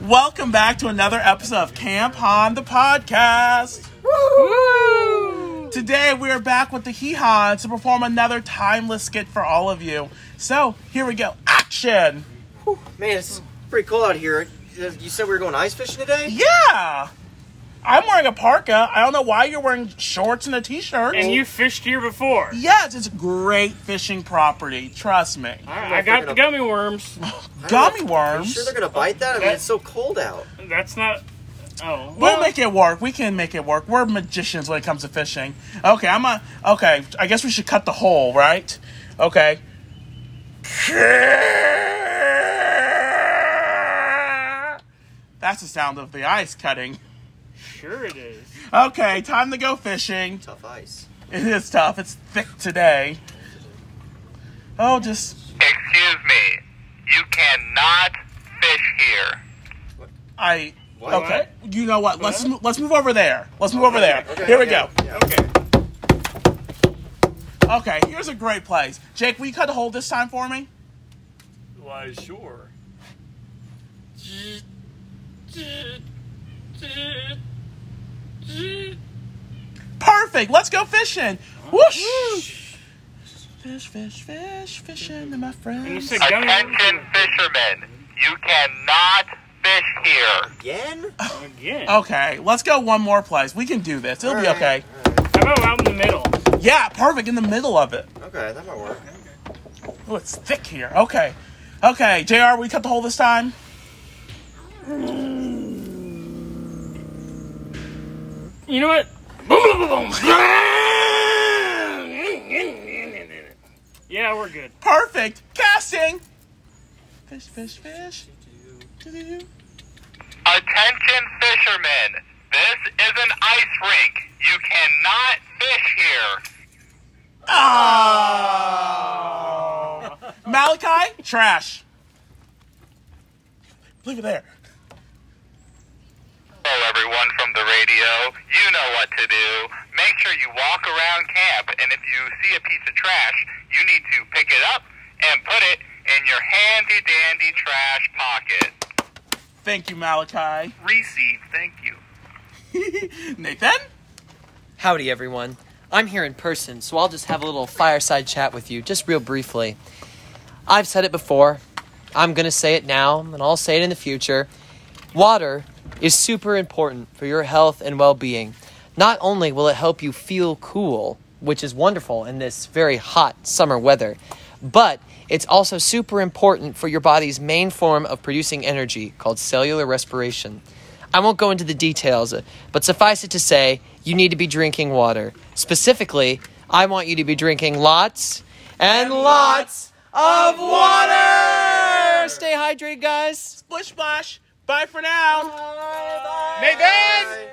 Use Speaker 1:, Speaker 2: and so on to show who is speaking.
Speaker 1: Welcome back to another episode of Camp Han the podcast.
Speaker 2: Woo!
Speaker 1: Today we are back with the Hee Hans to perform another timeless skit for all of you. So here we go, action!
Speaker 3: Man, it's pretty cold out here. You said we were going ice fishing today?
Speaker 1: Yeah, I'm wearing a parka. I don't know why you're wearing shorts and a t-shirt.
Speaker 2: And you fished here before.
Speaker 1: yes, it's great fishing property. Trust me.
Speaker 2: I, I got the gummy worms.
Speaker 1: Gummy
Speaker 3: Are you
Speaker 1: worms.
Speaker 3: sure they're gonna bite that? I mean, it's so cold out.
Speaker 2: That's not. Oh.
Speaker 1: We'll
Speaker 2: Well,
Speaker 1: make it work. We can make it work. We're magicians when it comes to fishing. Okay, I'm a. Okay, I guess we should cut the hole, right? Okay. That's the sound of the ice cutting.
Speaker 2: sure it is.
Speaker 1: Okay, time to go fishing.
Speaker 3: Tough ice.
Speaker 1: It is tough. It's thick today. Oh, just
Speaker 4: Excuse me. You cannot fish here.
Speaker 1: I.
Speaker 3: What?
Speaker 1: Okay, you know what? Let's mo- let's move over there. Let's move over there.
Speaker 3: Okay,
Speaker 1: Here we
Speaker 3: okay,
Speaker 1: go.
Speaker 3: yeah.
Speaker 2: Okay.
Speaker 1: Okay, here's a great place. Jake, will you cut a hole this time for me?
Speaker 2: Why, sure.
Speaker 1: Perfect. Let's go fishing. Whoosh. Fish, fish, fish, fishing, and my
Speaker 2: And you
Speaker 1: friends.
Speaker 2: said gummy
Speaker 4: Attention,
Speaker 2: worms
Speaker 4: fishermen. You cannot fish here.
Speaker 3: Again?
Speaker 2: again.
Speaker 1: Okay, let's go one more place. We can do this. It'll be okay.
Speaker 3: Alright, alright.
Speaker 2: How about out in the middle?
Speaker 1: Yeah, perfect. In the middle of it.
Speaker 3: Okay, that might work.
Speaker 1: Oh, it's thick here. Okay. Okay, JR, we cut the hole this time.
Speaker 2: You know what? Yeah, we're good.
Speaker 1: Perfect. Casting. Fish, fish, fish. Doo-doo.
Speaker 4: Attention, fishermen. This is an ice rink. You cannot fish here.
Speaker 1: Ah! Malachi, trash. Leave it there.
Speaker 4: Hello, everyone from the radio. You know what to do. Make sure you walk around camp, and if you see a piece of trash, you need to pick it up and put it in your handy dandy trash pocket.
Speaker 1: Thank you, Malachi.
Speaker 4: Received, thank you.
Speaker 1: Nathan?
Speaker 5: Howdy, everyone. I'm here in person, so I'll just have a little fireside chat with you, just real briefly. I've said it before, I'm going to say it now, and I'll say it in the future. Water is super important for your health and well being. Not only will it help you feel cool, which is wonderful in this very hot summer weather, but it's also super important for your body's main form of producing energy called cellular respiration. I won't go into the details, but suffice it to say, you need to be drinking water. Specifically, I want you to be drinking lots and lots of water! Stay hydrated, guys.
Speaker 1: Splish Splash. Bye for now.
Speaker 3: Nathan!